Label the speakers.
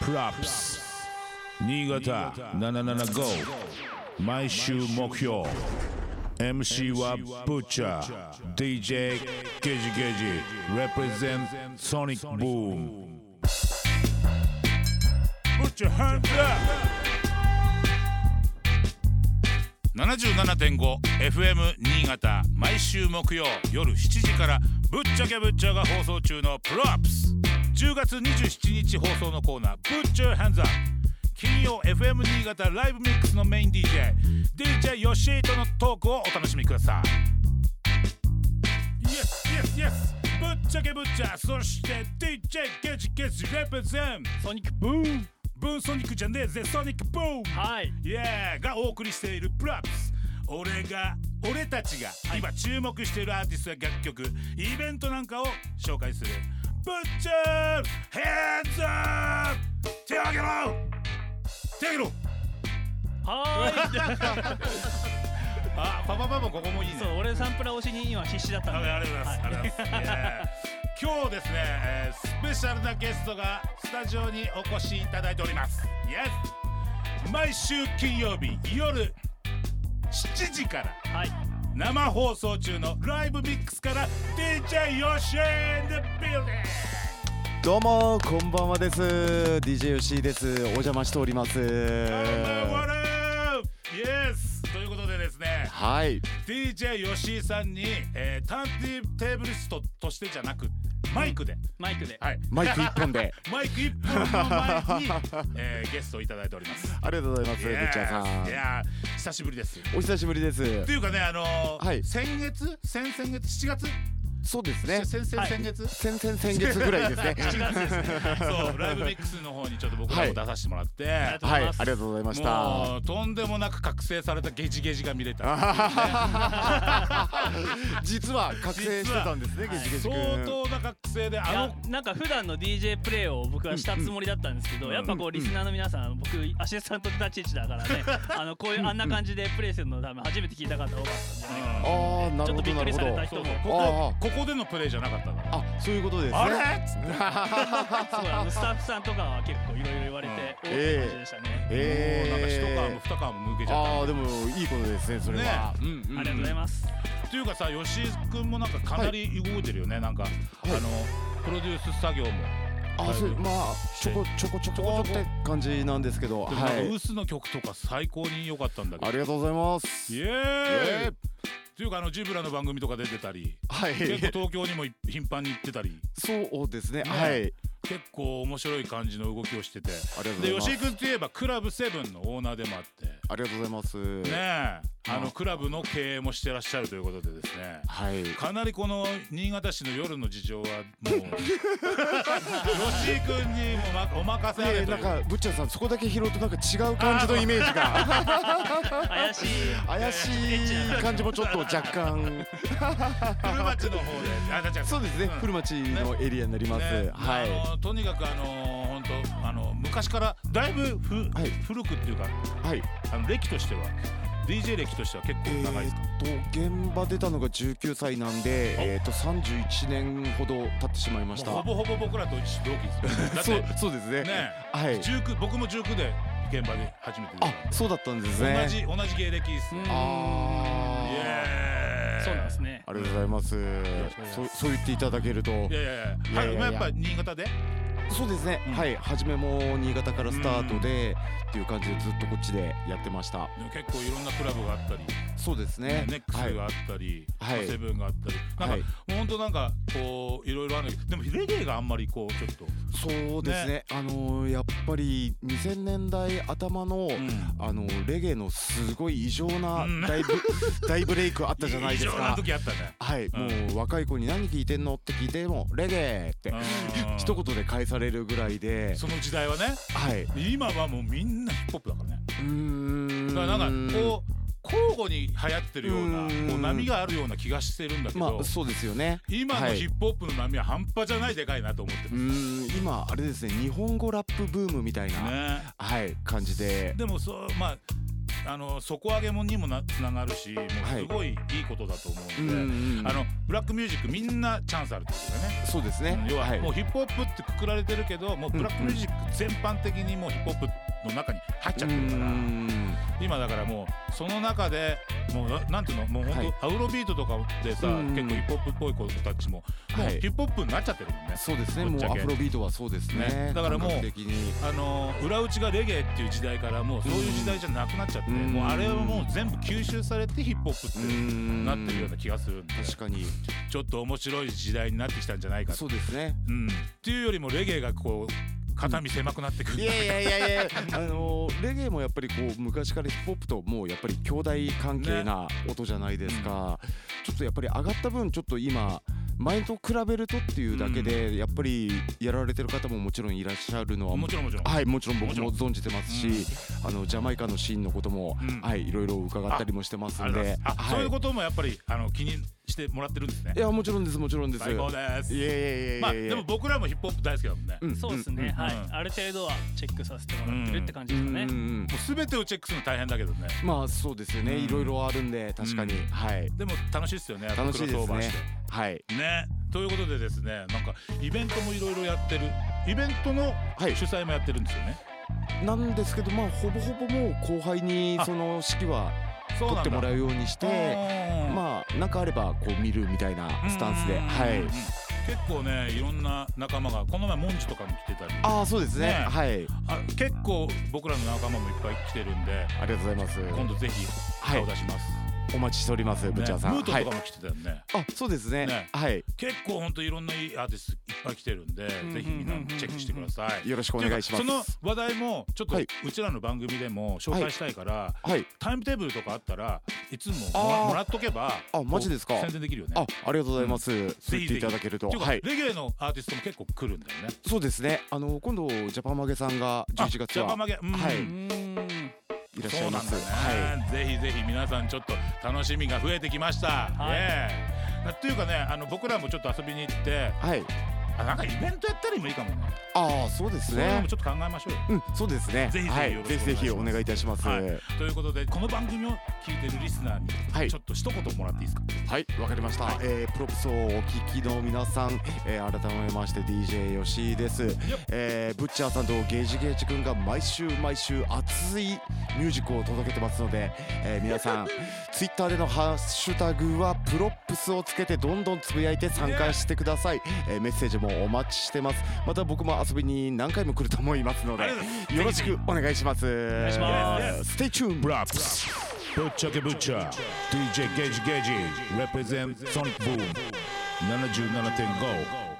Speaker 1: プラップス新潟775毎週目標 MC はブッチャー DJ ゲジゲジ represent ソニックブーム Put your hands up!
Speaker 2: 77.5FM 新潟毎週木曜夜7時から「ぶっちゃけぶっちゃ」が放送中の「プロアップス」10月27日放送のコーナー「ぶっちゃ hands up」金曜 FM 新潟ライブミックスのメイン DJDJ ヨシエとのトークをお楽しみください Yes Yes Yes ぶっちゃけぶっちゃそして DJ ゲジゲジレプゼン
Speaker 3: ソニックブーム
Speaker 2: ブーンソニックじゃねえぜソニックブーム
Speaker 3: はい
Speaker 2: イエーがお送りしているプラップス俺が俺たちが今注目しているアーティストや楽曲、イベントなんかを紹介する「ブッチャーヘンズアップ!」手を挙げろ手を挙げろ
Speaker 3: は
Speaker 2: あパパパパここもいい
Speaker 3: ー
Speaker 2: ね
Speaker 3: いそう俺サンプラー推しに今必死だった
Speaker 2: あ
Speaker 3: んで
Speaker 2: ありがとうございます、
Speaker 3: は
Speaker 2: ありがとうございますイエー今日ですね、えースペシャルなゲストがスタジオにお越しいただいておりますイエス毎週金曜日夜7時から
Speaker 3: はい
Speaker 2: 生放送中のライブミックスから DJ ヨシエンドビルデ
Speaker 4: どうもこんばんはです DJ 吉井ですお邪魔しております
Speaker 2: ィングワルイエスということでですね
Speaker 4: はい
Speaker 2: DJ ヨシイさんに、えー、ターンテーテーブリストとしてじゃなくマイクで、
Speaker 3: マイクで
Speaker 2: はい、
Speaker 4: マイク一本で
Speaker 2: マイク1本の前に、えーゲストをいただいております
Speaker 4: ありがとうございます
Speaker 2: イエ
Speaker 4: ぶっちゃんさ
Speaker 2: スい
Speaker 4: ん
Speaker 2: やー久しぶりですっ
Speaker 4: お久しぶりです
Speaker 2: ていうかねあのー
Speaker 4: はい
Speaker 2: 先月先々月7月、
Speaker 4: そうですね
Speaker 2: ね、先々
Speaker 3: はい
Speaker 2: 先月、
Speaker 4: 先々先月ぐらい ですね
Speaker 2: そうライブミックスの方にちょっと僕らも出させてもらって、
Speaker 3: ありがとうご
Speaker 4: は
Speaker 3: ざ
Speaker 4: い
Speaker 3: い
Speaker 4: あ
Speaker 3: ます
Speaker 4: りがとうございました
Speaker 2: もうとんでもなく覚醒されたゲジゲジが見れた
Speaker 4: 実は覚醒してたんですねゲジゲジ君
Speaker 2: 相当な覚醒で
Speaker 3: い
Speaker 2: あ
Speaker 3: や
Speaker 2: の
Speaker 3: なんか普段の DJ プレイを僕はしたつもりだったんですけど、
Speaker 2: うん
Speaker 3: やっぱこうリスナーの皆さん、僕アシスタント立ち位置だからねあのこういうあんな感じでプレイするの多分初めて聞いた方多かったんじゃないかな
Speaker 4: ああな
Speaker 3: ち
Speaker 4: る
Speaker 3: ょっと
Speaker 4: ほ
Speaker 3: び
Speaker 4: ど
Speaker 3: っくり
Speaker 4: なるほ
Speaker 3: され
Speaker 4: ど
Speaker 3: た人も
Speaker 2: こ
Speaker 4: あ
Speaker 2: こここでのプレイじゃなかったから
Speaker 4: あそういうことですね
Speaker 2: あれ
Speaker 3: そうあのスタッフさんとかは結構いろいろ言われて多い感じでしたね、
Speaker 2: もうなんか一
Speaker 4: え
Speaker 2: 皮も二皮も抜けちゃっ
Speaker 4: ああでもいいことですねそれは、うんうんうん
Speaker 3: ありがとうございます、
Speaker 2: たっていうかさ吉井君もなんかかなり動いてるよね、なんか、あのプロデュース作業も
Speaker 4: あそうまあちょこちょこちょこって感じなんですけど
Speaker 2: でもなん
Speaker 4: は
Speaker 2: か
Speaker 4: い
Speaker 2: ウスの曲とか最高に良かったんだけど、
Speaker 4: ありがとうございます
Speaker 2: イエーイ
Speaker 4: えー
Speaker 2: っていうかあのジブラの番組とか出てたり
Speaker 4: はい
Speaker 2: 結構東京にも頻繁に行ってたり
Speaker 4: そうですね
Speaker 2: ね
Speaker 4: はい
Speaker 2: 結構面白い感じの動きをしてて
Speaker 4: ありがとうござ
Speaker 2: で
Speaker 4: います
Speaker 2: 吉井君といえばクラブセブンのオーナーでもあって
Speaker 4: ありがとうございます
Speaker 2: ねえあ
Speaker 4: う
Speaker 2: の
Speaker 4: ん
Speaker 2: クラブの経営もしてらっしゃるということでですね
Speaker 4: はい
Speaker 2: かなりこの新潟市の夜の事情はもう吉井君にもまお任せあ
Speaker 4: ね
Speaker 2: れ
Speaker 4: え
Speaker 2: とい
Speaker 4: な
Speaker 2: うん
Speaker 4: かぶっちゃんさんそこだけ拾うとなんか違う感じのイメージが
Speaker 3: 怪しい
Speaker 4: 怪し
Speaker 3: エッチな感
Speaker 4: い
Speaker 3: じ
Speaker 4: 感じもちょっと若 干
Speaker 2: 古町の方であ違う
Speaker 4: そうですね
Speaker 2: ん
Speaker 4: 古町のエリアになります
Speaker 2: ね
Speaker 4: はい
Speaker 2: あのとにかくあの本当あの昔からだいぶふ、
Speaker 4: はい
Speaker 2: 古くっていうか
Speaker 4: はい
Speaker 2: あの歴としては DJ 歴としては結構
Speaker 4: え
Speaker 2: 長いですか、
Speaker 4: ーっと現場出たのが19歳なんで
Speaker 2: お
Speaker 4: えーっと31年ほど経ってしまいました
Speaker 2: もうほぼほぼ僕らと一緒同期ですよ
Speaker 4: そ
Speaker 2: だ
Speaker 4: う
Speaker 2: って
Speaker 4: そうですね
Speaker 2: ね
Speaker 4: はい
Speaker 2: 19僕も19で現場で初めて
Speaker 4: あそうだったんですね
Speaker 2: 同じ同じ芸歴ですね
Speaker 3: うん
Speaker 2: イ
Speaker 4: あー
Speaker 2: エーイ
Speaker 3: そうなんですね
Speaker 4: ありがとうございます
Speaker 2: ろしくお願いし
Speaker 4: そ
Speaker 2: ま
Speaker 4: う
Speaker 2: す
Speaker 4: そう言っていただけると
Speaker 2: いやいやいや
Speaker 4: いやいやいや
Speaker 2: はいまあやっぱ新潟で
Speaker 4: そうですね、
Speaker 2: うん
Speaker 4: はい初めも新潟からスタートで、っていう感じでずっとこっちでやってました
Speaker 2: 結構いろんなクラブがあったり、
Speaker 4: そうです
Speaker 2: ね
Speaker 4: ね、
Speaker 2: ネック
Speaker 4: は
Speaker 2: ス
Speaker 4: い
Speaker 2: があったり、
Speaker 4: はい
Speaker 2: まあセブンがあったりなんか、
Speaker 4: はい
Speaker 2: もう本当なんかこういろいろあるんだけどでもレゲエがあんまりこうちょっと、
Speaker 4: そうですねあのーやっぱり2000年代頭の、
Speaker 2: うん
Speaker 4: あのレゲエのすごい異常な
Speaker 2: うん
Speaker 4: 大ブ大ブレイクあったじゃないです
Speaker 2: 異常な
Speaker 4: か
Speaker 2: 時あったね
Speaker 4: はい、
Speaker 2: ん
Speaker 4: もう若い子に何聞いてんのって聞いてもレゲエって
Speaker 2: うん
Speaker 4: 一言で返されるぐらいで
Speaker 2: その時代はね
Speaker 4: はい
Speaker 2: 今はもうみんなヒップホップだからね
Speaker 4: うーん
Speaker 2: だからなんかこう交互に流行ってるような
Speaker 4: うーん
Speaker 2: こう波があるような気がしてるんだけ
Speaker 4: ま
Speaker 2: ど
Speaker 4: あそうですよね
Speaker 2: 今の
Speaker 4: はい
Speaker 2: ヒップホップの波は半端じゃないでかいなと思ってま
Speaker 4: うーん今あれですね日本語ラップブームみたいな、
Speaker 2: すね
Speaker 4: はい感じで
Speaker 2: でもそうまああの底上げもにもなつながるしもうすごいいいことだと思う
Speaker 4: うん
Speaker 2: で、
Speaker 4: んうん
Speaker 2: あのブラックミュージックみんなチャンスあるってことだよね。
Speaker 4: そうですね
Speaker 2: うん要は、
Speaker 4: はい
Speaker 2: もうヒップホップってくくられてるけどもうブラックミュージック全般的にもうヒップホップの中に入っちゃってるから、
Speaker 4: うん
Speaker 2: 今だからもうその中でもうななんていうのもう本当、
Speaker 4: はい
Speaker 2: アウロビートとかでさ、
Speaker 4: うん
Speaker 2: 結構ヒップホップっぽい子たちももう
Speaker 4: はい
Speaker 2: ヒップホップになっちゃってるもんね。
Speaker 4: そうですね
Speaker 2: ぶ
Speaker 4: も
Speaker 2: っ
Speaker 4: う
Speaker 2: ちゃけ
Speaker 4: アフロビートはそうです
Speaker 2: ね
Speaker 4: ね
Speaker 2: だからもう
Speaker 4: 感覚的に
Speaker 2: あの裏打ちがレゲエっていう時代からもうそういう時代じゃなくなっちゃって、
Speaker 4: うん
Speaker 2: もうあれはもう全部吸収されてヒップホップ
Speaker 4: う
Speaker 2: って
Speaker 4: ん
Speaker 2: なってるような気がするんで、
Speaker 4: 確かに
Speaker 2: ちょっと面白い時代になってきたんじゃないかと、
Speaker 4: そうですね
Speaker 2: うん、っていうよりもレゲエがこう肩身狭くなってくる、
Speaker 4: いやいやいやい やあのレゲエもやっぱりこう昔からヒップホップともうやっぱり兄弟関係な音じゃないですか、ちょっとやっぱり上がった分ちょっと今前と比べるとっていうだけでやっぱりやられてる方ももちろんいらっしゃるのは
Speaker 2: もちろんもちろん、
Speaker 4: はいもちろん僕
Speaker 2: もちろん
Speaker 4: も存じてますし、あのジャマイカのシーンのことも、
Speaker 2: うん
Speaker 4: はいいろいろ伺ったりもしてます
Speaker 2: あ
Speaker 4: ん
Speaker 2: りがとうござい
Speaker 4: で
Speaker 2: ますあ、
Speaker 4: はい、
Speaker 2: そういうこともやっぱりあの気にしてもらってるんですね
Speaker 4: いやもちろんですもちろんです
Speaker 2: 最高です
Speaker 4: いやいやいやいやいや、
Speaker 2: まあでも僕らもヒップホップ大好きだもんね、も
Speaker 4: ん
Speaker 3: そうですね、
Speaker 2: ん
Speaker 3: はい、
Speaker 2: うん
Speaker 3: ある程度はチェックさせてもらってるって感じ
Speaker 4: う
Speaker 3: です
Speaker 4: ん
Speaker 3: かね、
Speaker 4: うんうん
Speaker 2: う全てをチェックするの大変だけどね
Speaker 4: まあそうですよね、
Speaker 2: うん
Speaker 4: いろいろあるんで確かに、
Speaker 2: うん
Speaker 4: はい
Speaker 2: でも楽しいですよね
Speaker 4: 楽しいですね
Speaker 2: クロスオーバーして
Speaker 4: はい
Speaker 2: ねということでですねなんかイベントもいろいろやってるイベントの
Speaker 4: はい
Speaker 2: 主催もやってるんですよね、
Speaker 4: なんですけどまあほぼほぼもう後輩に
Speaker 2: あ
Speaker 4: その指揮は
Speaker 2: そう
Speaker 4: 取ってもら
Speaker 2: っ
Speaker 4: うようにしてまあなんかあればこう見るみたいなスタンスではい
Speaker 2: 結構ねいろんな仲間がこの前モンジとかも来てたりあ
Speaker 4: ああそうですね
Speaker 2: ね
Speaker 4: はい
Speaker 2: 結構僕らの仲間もいっぱい来てるんで
Speaker 4: ありがとうございます
Speaker 2: 今度ぜひ
Speaker 4: はい
Speaker 2: 顔出します、
Speaker 4: お待ちしておりますぶっちゃんさ
Speaker 2: ね、ム
Speaker 4: ん
Speaker 2: ート
Speaker 4: は
Speaker 2: と
Speaker 4: い
Speaker 2: かも来てたよね、
Speaker 4: あそうです
Speaker 2: ね
Speaker 4: ねはい
Speaker 2: 結構ほんといろんないいアーティストいっぱい来てるんで
Speaker 3: んうんうんうん
Speaker 2: ぜひみんなチェックしてください
Speaker 4: よろしくお願いします
Speaker 2: ってうかその話題もちょっと
Speaker 4: はいう
Speaker 2: ちらの番組でも紹介したいから、
Speaker 4: はい
Speaker 2: タイムテーブルとかあったらいつもも
Speaker 4: あ
Speaker 2: ら
Speaker 4: ー
Speaker 2: もらっとけば
Speaker 4: あマジですか
Speaker 2: こう宣伝できるよね
Speaker 4: あありがとうございますそう言って
Speaker 2: ぜひ
Speaker 4: いただけると
Speaker 2: っていうか、
Speaker 4: はい
Speaker 2: レゲエのアーティストも結構来るんだよね
Speaker 4: そうですねあの今度ジャパンマゲさんが
Speaker 2: あ
Speaker 4: 11月
Speaker 2: ジャパ
Speaker 4: は
Speaker 2: ンマゲうん
Speaker 4: はい
Speaker 3: うん
Speaker 4: いらっしゃ
Speaker 2: そう
Speaker 4: いま
Speaker 2: なんだ
Speaker 4: す
Speaker 2: ね、
Speaker 4: はい
Speaker 2: ぜひぜひ皆さんちょっと楽しみが増えてきました、
Speaker 3: はい
Speaker 2: ええっていうかねあの僕らもちょっと遊びに行って
Speaker 4: はい
Speaker 2: あなんかイベントやったりもいいかもね
Speaker 4: ああそうです
Speaker 2: そういうの
Speaker 4: ね
Speaker 2: もちょっと考えましょうよ
Speaker 4: うんそうですね
Speaker 2: ぜひぜひ
Speaker 4: はい
Speaker 2: よろしくお願いします
Speaker 4: ぜひぜひお願いいたします
Speaker 2: は
Speaker 4: はい
Speaker 2: ということでこの番組を聞いてるリスナー
Speaker 4: は
Speaker 2: に
Speaker 4: い
Speaker 2: ちょっと一言もらっていいですか、
Speaker 4: いわかりましたえープロプスをお聞きの皆さんえー改めまして DJ 吉井です
Speaker 2: よっ
Speaker 4: えーブッチャーさんとゲージゲージくんが毎週毎週熱いミュージックを届けてますのでえー皆 さんツイッターでのハッシュタグはプロプスをつけてどんどんつぶやいて参加してくださいえーメッセージもお待ちしてますまた僕も遊びに何回も来ると思いますの
Speaker 2: あ
Speaker 4: で
Speaker 2: りがとうございます
Speaker 4: よろしくお願いしますお願
Speaker 3: いします
Speaker 4: Stay tuned
Speaker 1: ブラックスぶっちゃけぶっちゃ DJ ゲージゲージ represent Sonic Boom 77.5